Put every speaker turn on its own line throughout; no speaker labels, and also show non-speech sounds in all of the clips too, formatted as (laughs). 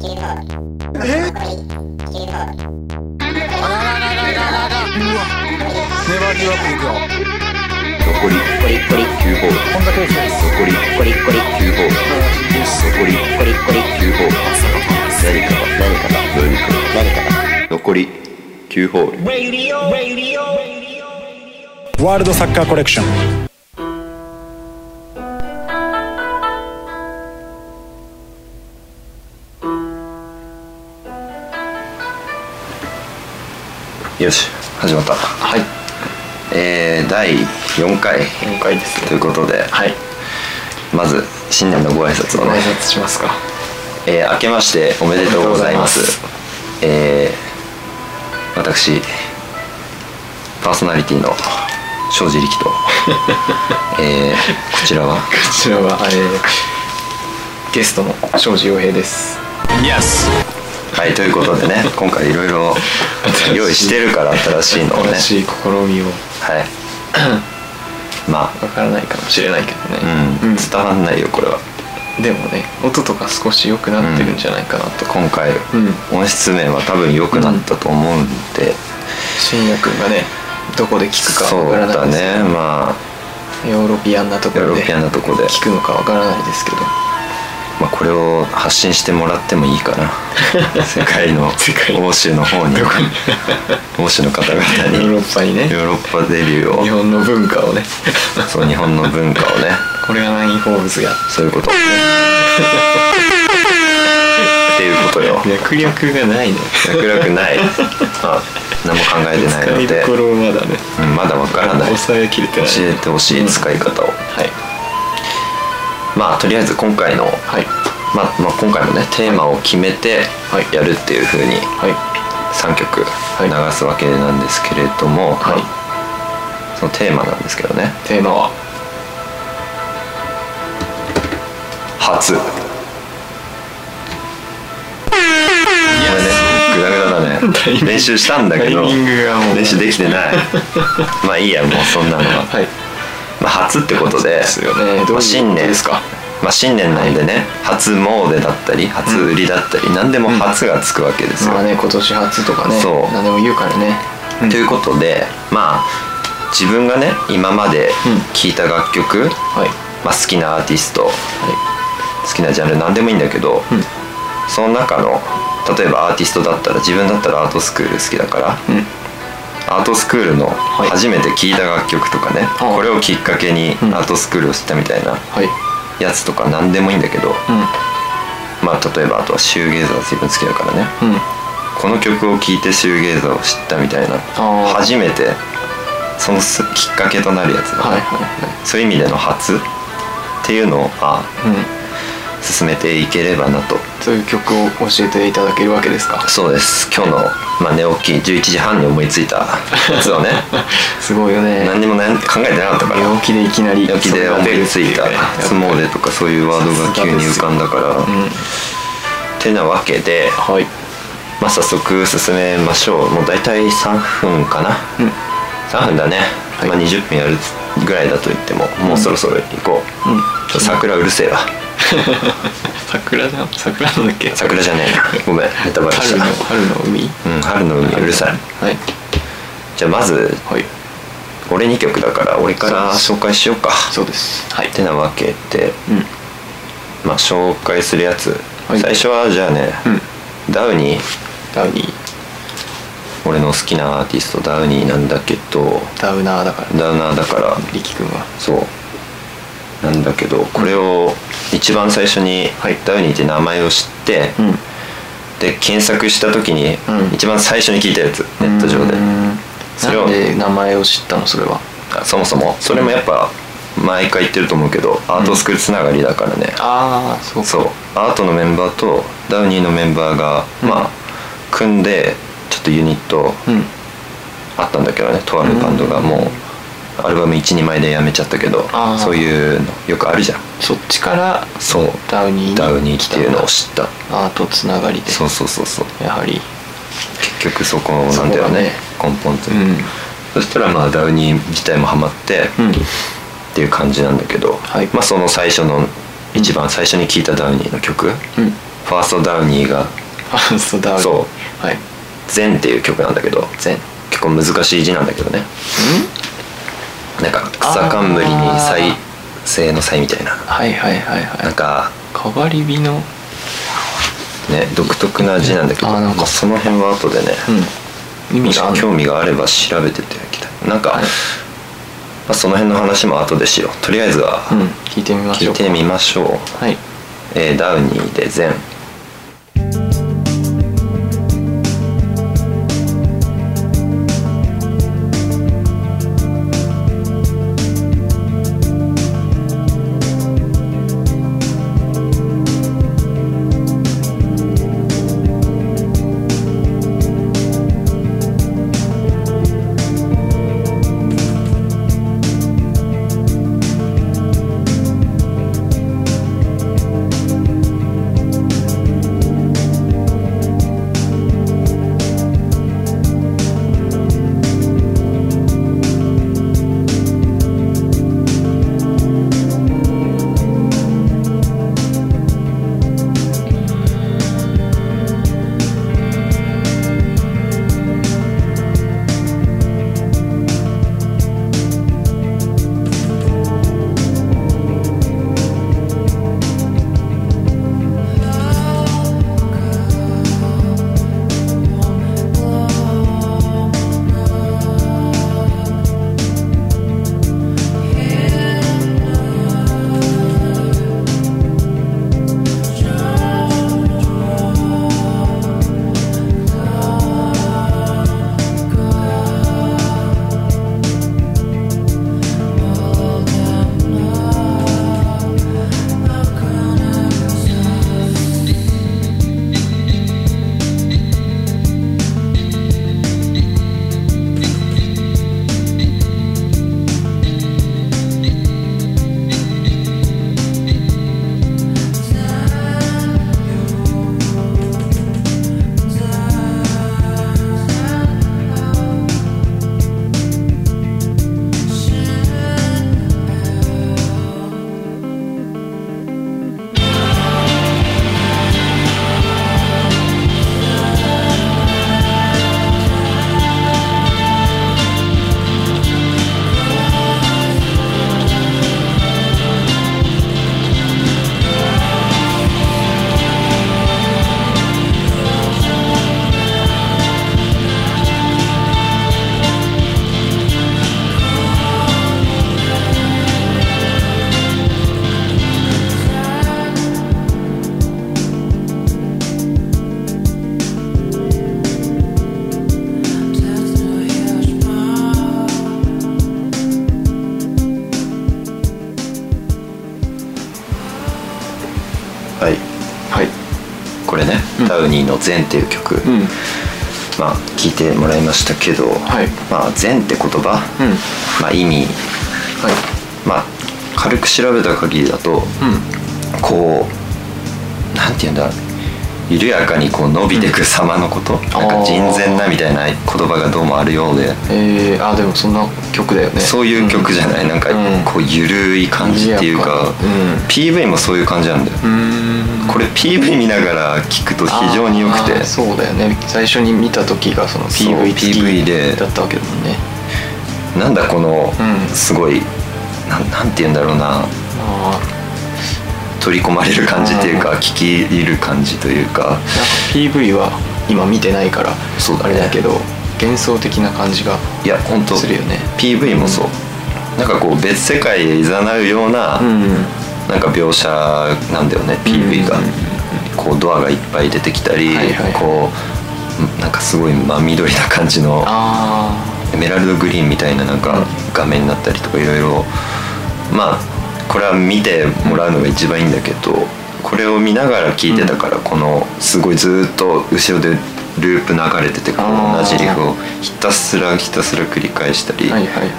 あららららららら
粘り
え
は僕よ
残り9ホール
本田圭佑です
残り9ホール残り9ホール何かが何かが何かが何かが残り9ホール
ワールドサッカーコレクション
よし始まったはいえー、第4回
4回です
とい
ね
うことで、
はい
まず新年のご挨拶を
ご
ね
挨拶しますか
えー、明けましておめでとうございます
おめでとう
えー、私パーソナリティの庄司
(laughs)
力と、えー、こちらは
こちらは、えー、ゲストの庄司洋平です
はいということでね今回いろいろ
新しい
用意してるから新しいのをね
新しい試みを
はいま
わからないかもしれないけど
あうん、
ね、
伝わんないよこれは
でもね音とか少し良くなってるんじゃないかなと、
今回、
う
音質面は多分良くなったと思うんで、
信也くんがねどこで聞くか
そう
わからな
だ
いですけ
ね
ど
まあ
ヨーロピアンなとこ
ヨー
ろ
ロ
で
ピアンなとこで
聞くのかわからないですけど
まあ、これを発信してもらってもいいか
(laughs)
な世界の
世界
欧州の方に
どこに
欧州の方々に
ヨーロッパにね
ヨーロッパデビューを
日本の文化をね
そう日本の文化をね
これがナインフォーブズや
そういうことをねっていうことよ
脈略がないね
脈絡ない、まあ、何も考えてない
使
の
い
で
どころまだね
うんまだわからない教
抑えきれてない
えてほしい使い方を、
はい
まあとりあえず今回の、
はい
まあまあ、今回もねテーマを決めて
はい
やるっていうふうに
はい
3曲
い
流すわけなんですけれども、
は
そのテーマなんですけどね
いテーマは
初これねグダグダ
(laughs)
だ
タイミン
ね
グ
練習したんだけど
タイミングがもう
練習できてないまあいいやもうそんなのは、
はい
まあ、初ってことで
ですよねど
ま
う
あ、
いうこと
新年
ですか
まあ、新年なんでね、初詣だったり初売りだったり、何でも初がつくわけですよ、
まあね今年初とかね
そう
何でも言うからね
ということでまあ自分がね今まで聴いた楽曲、
はい
まあ、好きなアーティスト
は
好きなジャンル何でもいいんだけど、
うん
その中の例えばアーティストだったら自分だったらアートスクール好きだから、
いうん
アートスクールの
い
初めて聴いた楽曲とかね、
ああ
これをきっかけに
うん
アートスクールを知ったみたいな
はい
やつとか何でもいいんだけど、
う
まあ例えばあとはシューゲイザー自分好きだからね
んうん
この曲を聴いてシューゲイザーを知ったみたいな
ああ
初めてそのすきっかけとなるやつだね、
はいはいは
そういう意味での初っていうのをあ
いうん
進めていければなと
そういう曲を教えていただけるわけですか
そうです今日の、まあ、寝起き11時半に思いついたやつをね
(laughs) すごいよね
何にもな考えてなかったから
寝起きでいきなり
寝起きで思いついた相撲でとかそういうワードが急に浮かんだから、
うん
てなわけで、
はい
まあ、早速進めましょうもう大体3分かな、
うん
3分だね、
はい
まあ、20分やるぐらいだと言ってももうそろそろ行こう、
うん
ちょ桜うるせえわ
桜だ桜なんだっけ
桜じゃねえなごめんネタバレし
春の
た
春の海
うん春の海うるさい
はい
じゃあまず
はい
俺2曲だから俺から紹介しようか
そうですはい
てなわけで、
うん
まあ、紹介するやつ、
はい
最初はじゃあね、ダウニー
ダウニー
俺の好きなアーティストダウニーなんだけど
ダウナーだから
ダウナーだから
力くんは
そうなんだけどこれを一番最初に
はい
ダウニーって名前を知って、
うん
で検索した時に
うん
一番最初に聞いたやつ、ネット上で
うん
それを
なんで名前を知ったのそれは
あそもそもそれもやっぱ毎回言ってると思うけどアートスクールつながりだからね、
ああそう
そうアートのメンバーとダウニーのメンバーが、まあ組んでちょっとユニット
うん
あったんだけどねとあるバンドがもう、アルバム12枚でやめちゃったけど
あー
そういうのよくあるじゃん
そっちから
そう
ダウニーに
ダウニーっていうのを知った
アートつながりで
そうそうそうそう
やはり
結局そこなんだよね根本と、
うん
そしたらまあダウニー自体もハマって、
うん
っていう感じなんだけど、
はい
まあその最初の一番最初に聴いたダウニーの曲、
うん
「ファーストダウニーが
ファーストダウン
そう
はい
「善」っていう曲なんだけど
全ん
結構難しい字なんだけどねなんか草冠に
あー
再生の再みたいな
はいはいはいはい
なんか
変わり火の
ね独特な字なんだけど
あーなんか
まあその辺は後でね、
うん意味があ
も
ん
し
の
興味があれば調べてってきたいなんか、
はい
まあ、その辺の話も後でしようとりあえずは
うん聞いてみまし
聞
ょ
いうてみましょう、
はい
えーダウニーで「善」はい
はい
これね、
うん
ダウニーの「善」っていう曲、
うん
まあ聞いてもらいましたけど、
はい
まあ善って言葉、
うん
まあ意味
はい
まあ軽く調べた限りだ
う
と、
ん
こうなんて言うんだ緩やかにこう伸びていく様のこと、なんか人前なみたいな言葉がどうもあるようで、
えー、あでもそんな曲だよね
そういう曲じゃない、なんか
うん
こう緩い感じっていうか、
緩やか
PV もそういう感じなんだよ、
うんうん
これ PV 見ながら聞くと非常に良くて
あーそうだよね最初に見た時がその
そう
PV 付
PV で
きだったわけだもんね
なんだこの
うん
すごい、なんなんて言うんだろうな
あー
取り込まれる感じっていうか、
うん
聞き入る感じというか
なんか PV は今見てないから
そうだ
あ
ね
れだけど幻想的な感じが
いや本当
するよね
PV もそう、なんかこう別世界へ誘うような、
うん
なんか描写なんだよね PV が、
うんうんうん
こうドアがいっぱい出てきたり、
はいはい
こううんなんかすごい真緑な感じの
あ
エメラルドグリーンみたいななん
う
か
ん
画面だったりとかいろいろまあこれは見てもらうのが一番いいんだけどこれを見ながら聞いてたから、このすごいずっと後ろでループ流れててこの同じリフをひたすらひたすら繰り返したり、
あはいはいはい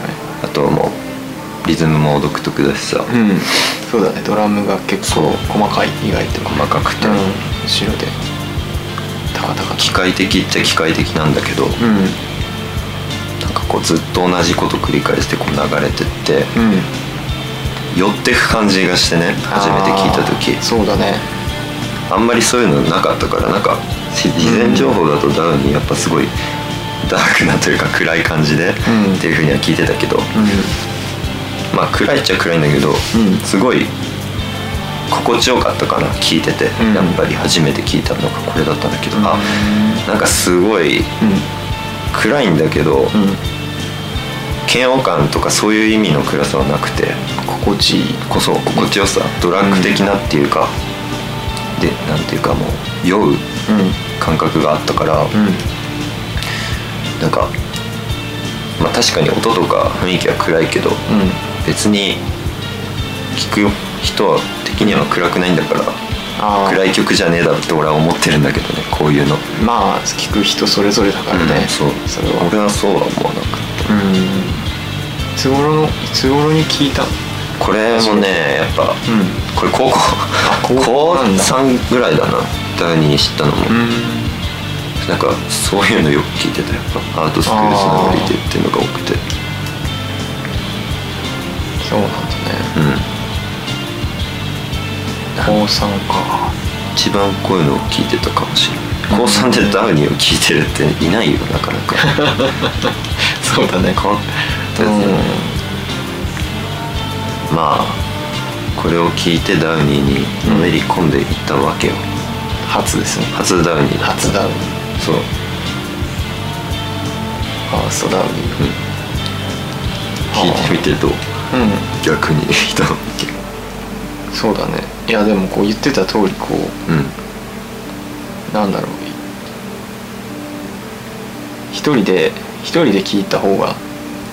あとはもうリズムも独特だしさ、
うんそうだねドラムが結構
そう
細かい意外と
細かくて
うん、後ろで高々と
機械的っちゃ機械的なんだけど、
うんうん
なんかこうずっと同じこと繰り返してこう流れてって、寄ってく感じがしてね初めて聞いた時
あーそうだね
あんまりそういうのなかったからなんかし事前情報だとダウンにやっぱすごいダークなというか暗い感じで、
うん
っていうふうには聞いてたけど、まあ暗いっちゃ暗いんだけど、
ん
すごい心地よかったかな聞いてて、
うん
やっぱり初めて聞いたのがこれだったんだけど、あなんかすごい暗いんだけ
う
ど、
んうん
嫌悪感とかそういう意味の暗さはなくて
心地いい
こそ心地よさドラッグ的なっていうか、でなんていうかもう酔う
うん
感覚があったから、
うん
なんか、まあ、確かに音とか雰囲気は暗いけど、
うん
別に聴く人的には暗くないんだから
あー
暗い曲じゃねえだろって俺は思ってるんだけどねこういうの、
まあ聞く人それぞれだからね、
うんそう
それは
俺はそうは思わなく
うんいつ頃のいつ頃に聞いたの
これもねやっ
ん
ぱ、これ高校
高校
高
なんだ
3ぐらいだな第に知ったのも、なんかそういうのよく聞いてたやっぱアートスクールつながりでっていうのが多くて
そうなんだね
うん
高三か
一番こういうのを聞いてたかもしれない高3でダウニーを聞いてるっていないよなかなか
そうだね
変わったやつだねまあこれを聞いてダウニーにのめり込んでいったわけよ、
初ですね
初ダウニーだ
初ダウン
そう
ファーストダウン
聞いてみてどう
う
逆に人の意
んそうだねいやでもこう言ってた通りこ
見うん
うなんだろう一人で一人で聞いた方が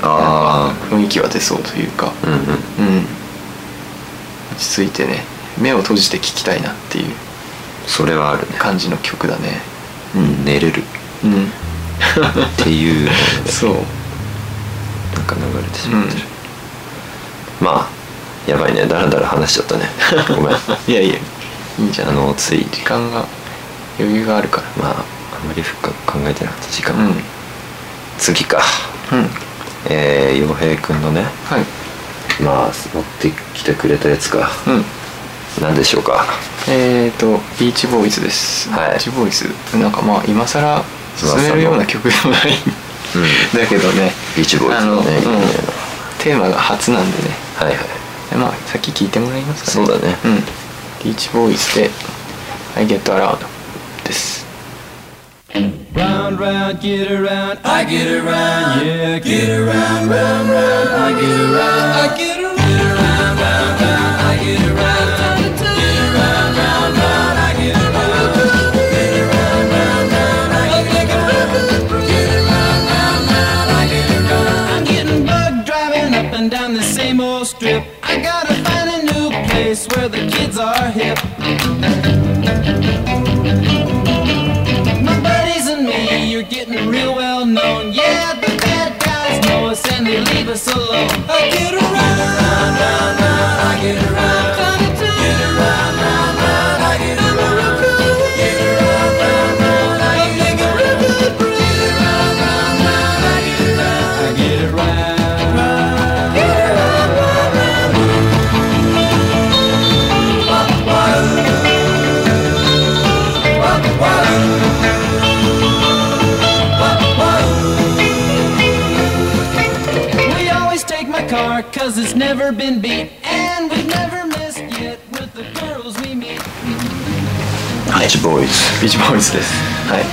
あ
雰囲気は出そうというか
あうんうん
うん落ち着いてね目を閉じて聴きたいなっていう
それはあるね
感じの曲だね
うん寝れる
うん
っていうのが
そう
なんか流れてしまってる、まあやばいねだらだら話しちゃったね
(laughs)
ごめんあ
いやいやいいんじゃない
のつい
時間が余裕があるから
まああんまり深く考えてなかった時間、
うんうん
次かえー、洋平くんのね
はい
まあ持ってきてくれたやつか
うん
何でしょうか
えっ、ー、とビーチボーイズです、
はい
ビーチボーイズなんかまあ今更進めるような曲でもない (laughs)
うん
だけどね
ビーチボーイズ
あの、
のね
うん
有名な
テーマが初なんでね
はいはい
でまあさっき聞いてもらいますかね
そうだね
うんビーチボーイズで「I Get Around」です
I'm getting bugged driving up and down the same old strip. I gotta find a new place where the kids are hip. My buddies and me, you're getting real well known. Yeah, the bad guys know us and they leave us alone. I get around, round, round, round, I get around. Come to get around, round, round, I get around. Get around, round, round, I get around. Get around, round, round, I get around. I get around. Get around, round, round. Wah, wah. Wah, wah. We always take my car, cause it's never been beat. And we've never missed yet with the girls we meet.
ビーチボーイズ
ビーチボーイズですはい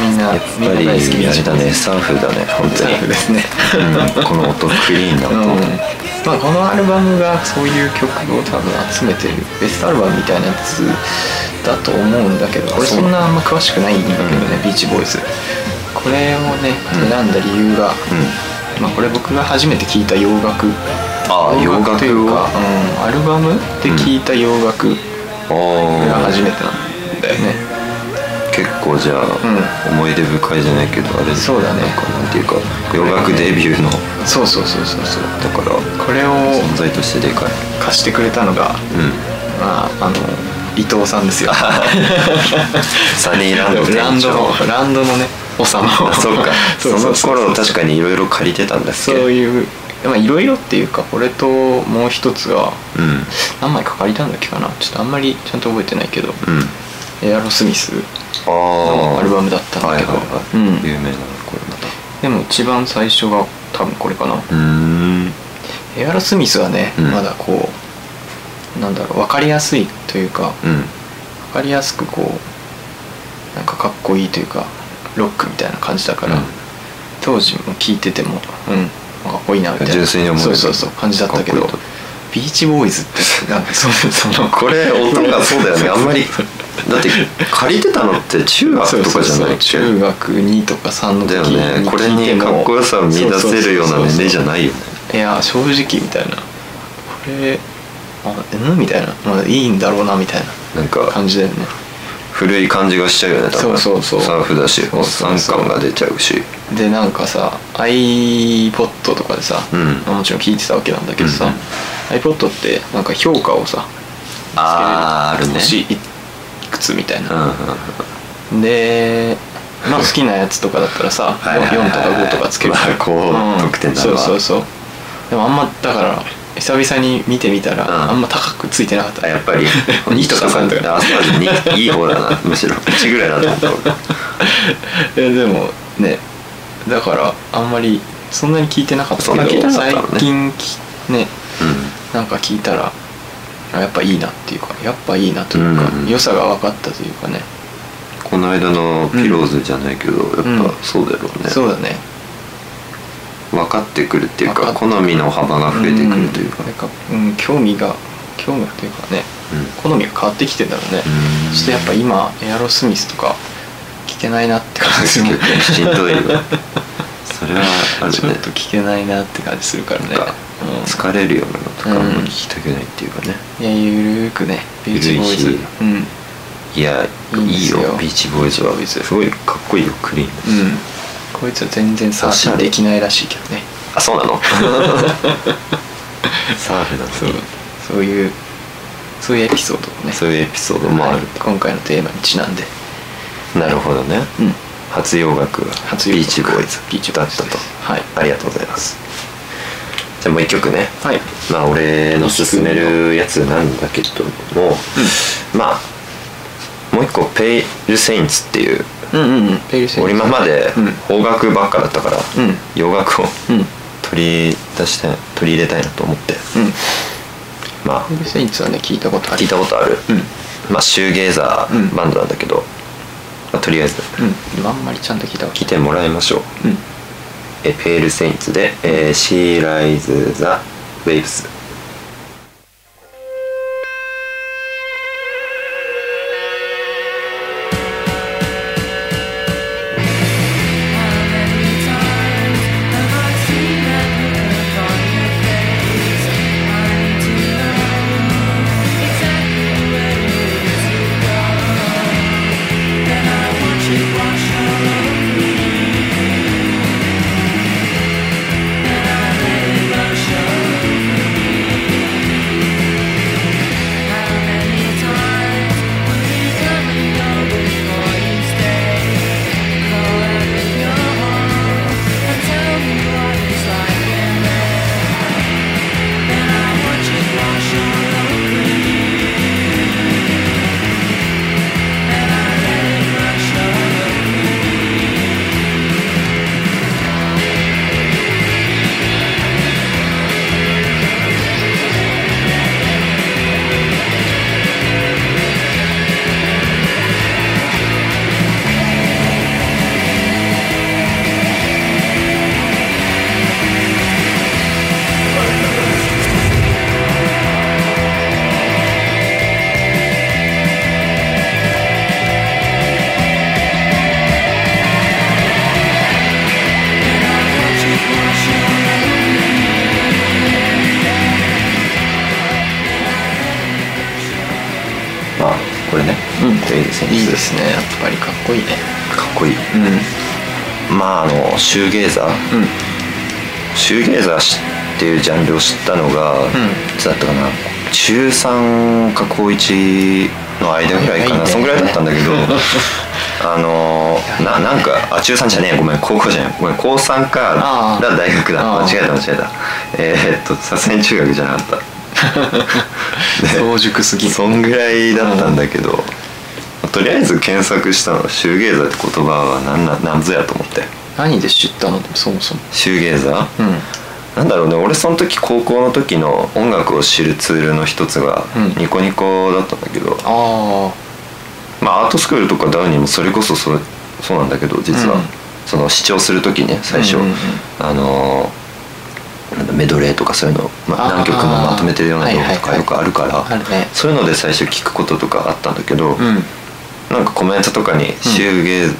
みんな
やっ
みんな
ぱり
大好き
あれだねサーフだね本当
サ
に
ーフですね
うんこの音クリーンな
うん
音、
まあこのアルバムがそういう曲を多分集めてるベストアルバムみたいなやつだと思うんだけどこれそんなあんま詳しくないんだけどね、ビーチボーイズこれをね選んだ理由が、まあ、これ僕が初めて聴いた洋楽
ああ洋楽
というか、うん、アルバムで聴いた洋楽が
ああ
初めてなんだよね、
結構じゃあ、思い出深いじゃないけどあれ
そうだね
なんかなんていうか洋楽デビューの
そうそうそうそうそう
だから
これを
存在としてでかい
貸してくれたのが、
うん
まああの伊藤さんです (laughs) よ
サニーランド店長
ランドのランドのねおさまを
あそうかそ
(laughs) そうそうそう
の頃確かにいろいろ借りてたんだっけ
そういうまあいろいろっていうかこれともう一つが
うん
何枚か借りたんだっけかなちょっとあんまりちゃんと覚えてないけど、
うん
エアロスミス
あ
の
あ
アルバムだったんだけど、
はいはい
うん
はい、有名なこれまた
でも一番最初が多分これかな、
うーん
エアロスミスはね、
うん
まだこうなんだろう分かりやすいというか、
う
分
ん
かりやすくこうなんかかっこいいというかロックみたいな感じだから、
うん
当時も聴いててもうんかっこいいなみたいな
純粋に思え
そ
る
うそうそう感じだったけ
か
ど
っこいい
ビーチボーイズって
(laughs)
なんかそのその
これ音がそうだよねあんまりだって借りてたのって中 (laughs) 学とかじゃないっけ
中学2とか3の時
だよ
に
ねこれ
聞いて
に
も
かっこよさを見出せるような年齢じゃないよね
いや正直みたいなこれあうんみたいな、まあ、いいんだろうなみたい
なん
な感
か
じだよね
古い感じがしちゃうよね多分
そうそうそう
サーフだし
そ
お
う
っ
そ
さ
うんそう
感が出ちゃうし
でなんかさ iPod とかでさ、
うん
まあもちろん聞いてたわけなんだけどさ、
うんうん
iPod ってなんか評価をさ
あーあるね
星いくつみたい
うん
な、
うんうん
で、まあ、好きなやつとかだったらさ
はいはいはい
4とか5とかつける
まあ高得点だ
そ
わ
うそうそうでもあんまだから久々に見てみたら、
うん
あんま高くついてなかった
あやっ
(laughs)
ぱり
2とか3とか
あそうだねにいい方だ
(laughs)
なむしろ1ぐらいだと思った俺
いやでもねだからあんまりそんなに聞いてなかった
そんな聞
け
いて
ど
なかったのね
最近きね
うん
なんか聞いたらあやっぱいいなっていうかやっぱいいなというか、
うんうん
良さが分かったというかね
この間のピローズじゃないけど、
ん
やっぱそうだろうね、
そうだね
分かってくるっていう
分か
か
って
好みの幅が増えてくるというか、
んなんか、うん、興味が興味がというかね、好みが変わってきてんだろうね、
うん
そしてやっぱ今エアロスミスとか聞けないなって感じす
結
る
(laughs) 構しんど
(laughs)
いよそれはあ
ちょ
る
っ
ね
と聞けないなって感じするからね
なんか
うん
疲れるようなのとか
うん
も聞きたくないっていうかね、
いやゆるーくねビーチボーイズ
ゆるいし
うんうん
いや
いいんで
いい
す
よ
よ
ビーチボーイズは
ビーチボーイズ
すごいかっこいいよクリーン、
こいつは全然サーフィンできないらしいけどね
あそうな
(laughs)
のサーフなの
そうそういうそういうエピソードをね
そういうエピソードもある、
はい今回のテーマにちなんで
なるほどね、
うん
初洋楽が
初洋楽
ビーチボーイズ
ビーチボー
だっ
イズ
たと
はい
ありがとうございますじゃあもう一曲ね
はい
まあ俺の勧めるやつなんだけども、まあもう一個「ペイル・セインツ」っていう
うんうんうんペイルセ
俺今まで
うん
邦楽ばっかだったから、
ん
洋楽を
うん
取り出したい取り入れたいなと思って
うん
ま
ペイルセインツはね聞いたことあ
あ
る
聞いたことある、
うん
まあシューゲーザ
うん
ーバンドなんだけど、まあ、とりあえず
うんあんまりちゃんと聞いたこと
来てもらいましょう
うん
「えペイル・セインツで」えーシーライズ・ザ・ウェイブス」まあこれね、
うん
ペイル・セインツ
いいですねやっぱりかっこいいね
かっこいい
うん
まああのシューゲーザー、
うん
シューゲーザーっていうジャンルを知ったのが、いつだったかな中3か高1の間ぐらい
は
か
いはい
なそんぐらいだったんだけ
(laughs)
どあのななんかあ中3じゃねえごめん高校じゃないごめん高3
あ
か
ー
だ大学だ
あー
間違えた間違えたえーっとさすがに中学じゃなかった
早熟すぎる
そんぐらいだったんだけど、ととりあえず検索したのシューゲーザーって言葉は何な何ぞやと思って
何で知ったのそもそも
シューゲーザー、
うん
なんだろうね俺その時高校の時の音楽を知るツールの一つが
うん
ニコニコだったんだけど、
あ
まあアートスクールとかダウニーもそれこそそうそうなんだけど実は、
うん
その視聴する時ね最初、
うんうんうん
あのーなんだメドレーとかそういうの、まあ
あー
何曲もまとめてるような動画と
はいは
か
いはい
よくあるから、
あるね
そういうので最初聞くこととかあったんだけど、
あうん
なんかコメントとかに「シューゲー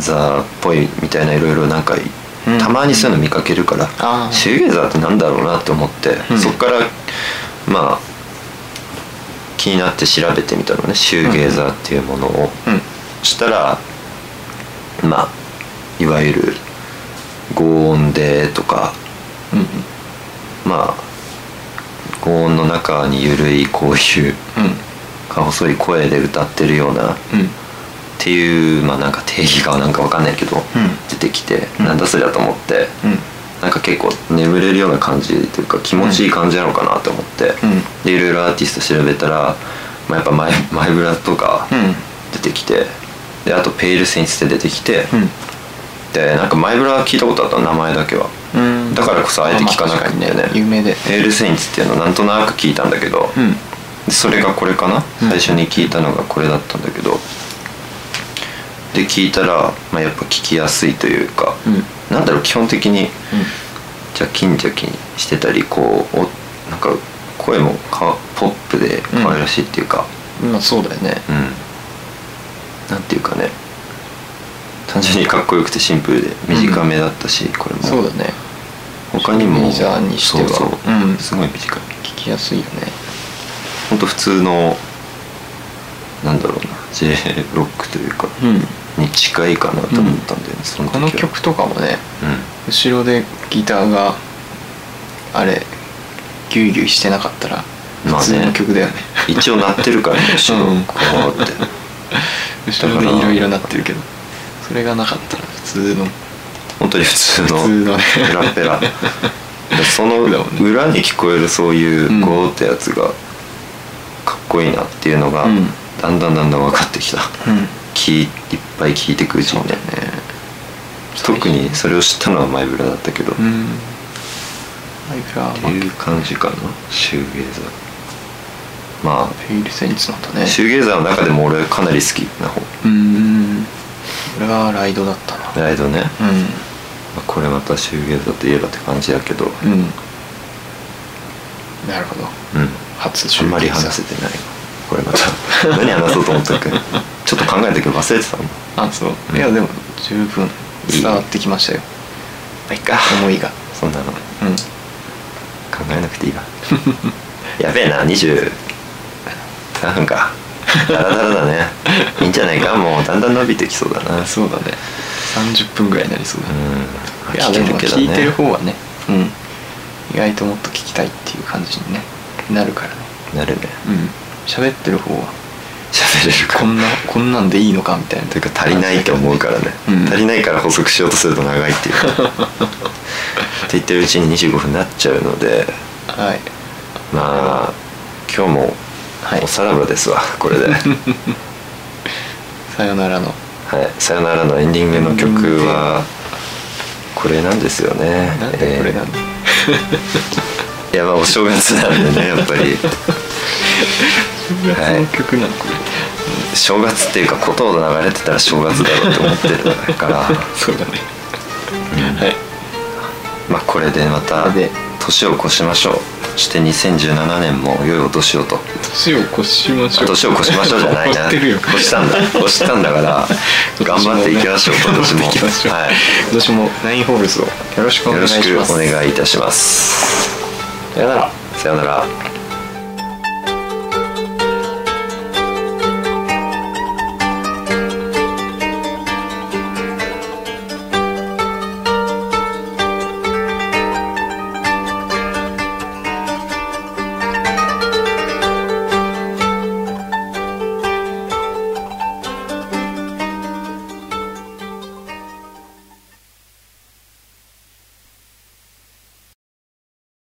ザーっぽい」みたいないろいろなんかい、
うん
たまにそういうの見かけるから
あー
シューゲーザーってなんだろうなって思って、
うん
そっからまあ気になって調べてみたのねシューゲーザーっていうものを、
うん
そしたらまあいわゆる合音でとか
うん
まあ合音の中に緩いこういう細い声で歌ってるような
うんうん
っていう、まあ、なんか定義がなんかわかんないけど、出てきて、なんだそりゃと思って、
うん
なんか結構眠れるような感じというか気持ちいい感じなのかなと思って、
うん
でいろいろアーティスト調べたら、まあ、やっぱマイ「マイブラ」とか
うん
出てきて、であと「ペイルセンス」って出てきて、
うん
でなんか「マイブラ」は聞いたことあったの名前だけは、
うん
だからこそあえて聞かなかったんだよ
まあ
ね
確かにね有名で
ペイルセンスっていうのなんとなく聞いたんだけど、
うん
でそれがこれかな、
うん
最初に聞いたのがこれだったんだけどで聞いたら、まあ、やっぱ聞きやすいというか、
うん
なんだろう基本的に
うん
ジャキンジャキンしてたりこうおなんか声もかポップで可愛らしいっていうか、
まあそうだよね
うんなんていうかね単純にかっこよくてシンプルで短めだったし、これも
そうだね
他にも
シューゲイザーにしては
そうそう、
うん
すごい短い
聞きやすいよね
ほんと普通のなんだろうな J ロックというか、に近いかなと思ったんだよね、その時
この
は
曲とかもね
う
後ろでギターがあれギュイギュイしてなかったら
まあね
普通の曲だ
(laughs)
よね
ん一応鳴って
(laughs)
るからね後ろ
うん
こうって
後ろでいろいろなってるけどそれがなかったら普通の
本当に普通の
普通のね
ペラペラでその
(laughs) だもんね
裏に聞こえるそういううんゴーってやつがかっこいいなっていうのが
うん
だんだんだんだん分かってきた、
うん
きいっぱい聞いてくうちにね特にそれを知ったのはマイブラだったけど、
う
っ
んマイクラ
て
ー
いう感じかなシューゲーザーま
ペイルセンツなんだね
あシューゲーザーの中でも俺かなり好きな方
うんこれはライドだったな
ライドね、
う
まあこれまたシューゲーザーといえばって感じだけど、
んうんなるほど
うん
初
あんまり話せてないこれまた
(laughs)
何話そうと思ったっけちょっと考えたけど忘れてたもん
あそう、
うん
いやでも十分
いい
伝わってきましたよ
まあいっか
思いが
そんなの考
うん
えな
(laughs)
くていいわやべえな27分かダラダラだねいいんじゃないかもうだんだん伸びてきそうだなうん
そうだね30分ぐらいになりそうだね、
まあ
いやでも聞いてる方はね
うん
意外ともっと聞きたいっていう感じにねなるからね
なるね
うん喋ってる方は
喋れるか
こんなこんなんでいいのかみたいな
というか足りないと思うからね、
うん
足りないから補足しようとすると長いっていうって言ってるうちに25分になっちゃうので
はい
まあ今日も
はい
おさらばですわ、こ
(laughs)
れではい
さよならの
「さよなら」のエンディングの曲はこれなんですよね
なんでこれなんだ、
えーいやまあお正月な
(laughs)
んでねやっぱり
10月の曲なのこれ、
正月っていうかことほど流れてたら正月だろうと思ってるから
そうだね、はい
まあこれでまた
これで
年を越しましょうそして2017年も良いお年をと
年を越しましょう
年を越しましょうじゃな
(laughs)
い
越
な
ってるよ
越したんだ越したん
(laughs)
だから頑張っていきましょう今年も
頑張っていきましょう
はい
今年もナインホールズをよろしくお
よ
願
ろ
いし
しく
ま
お
す
願いいたしますさよならさよなら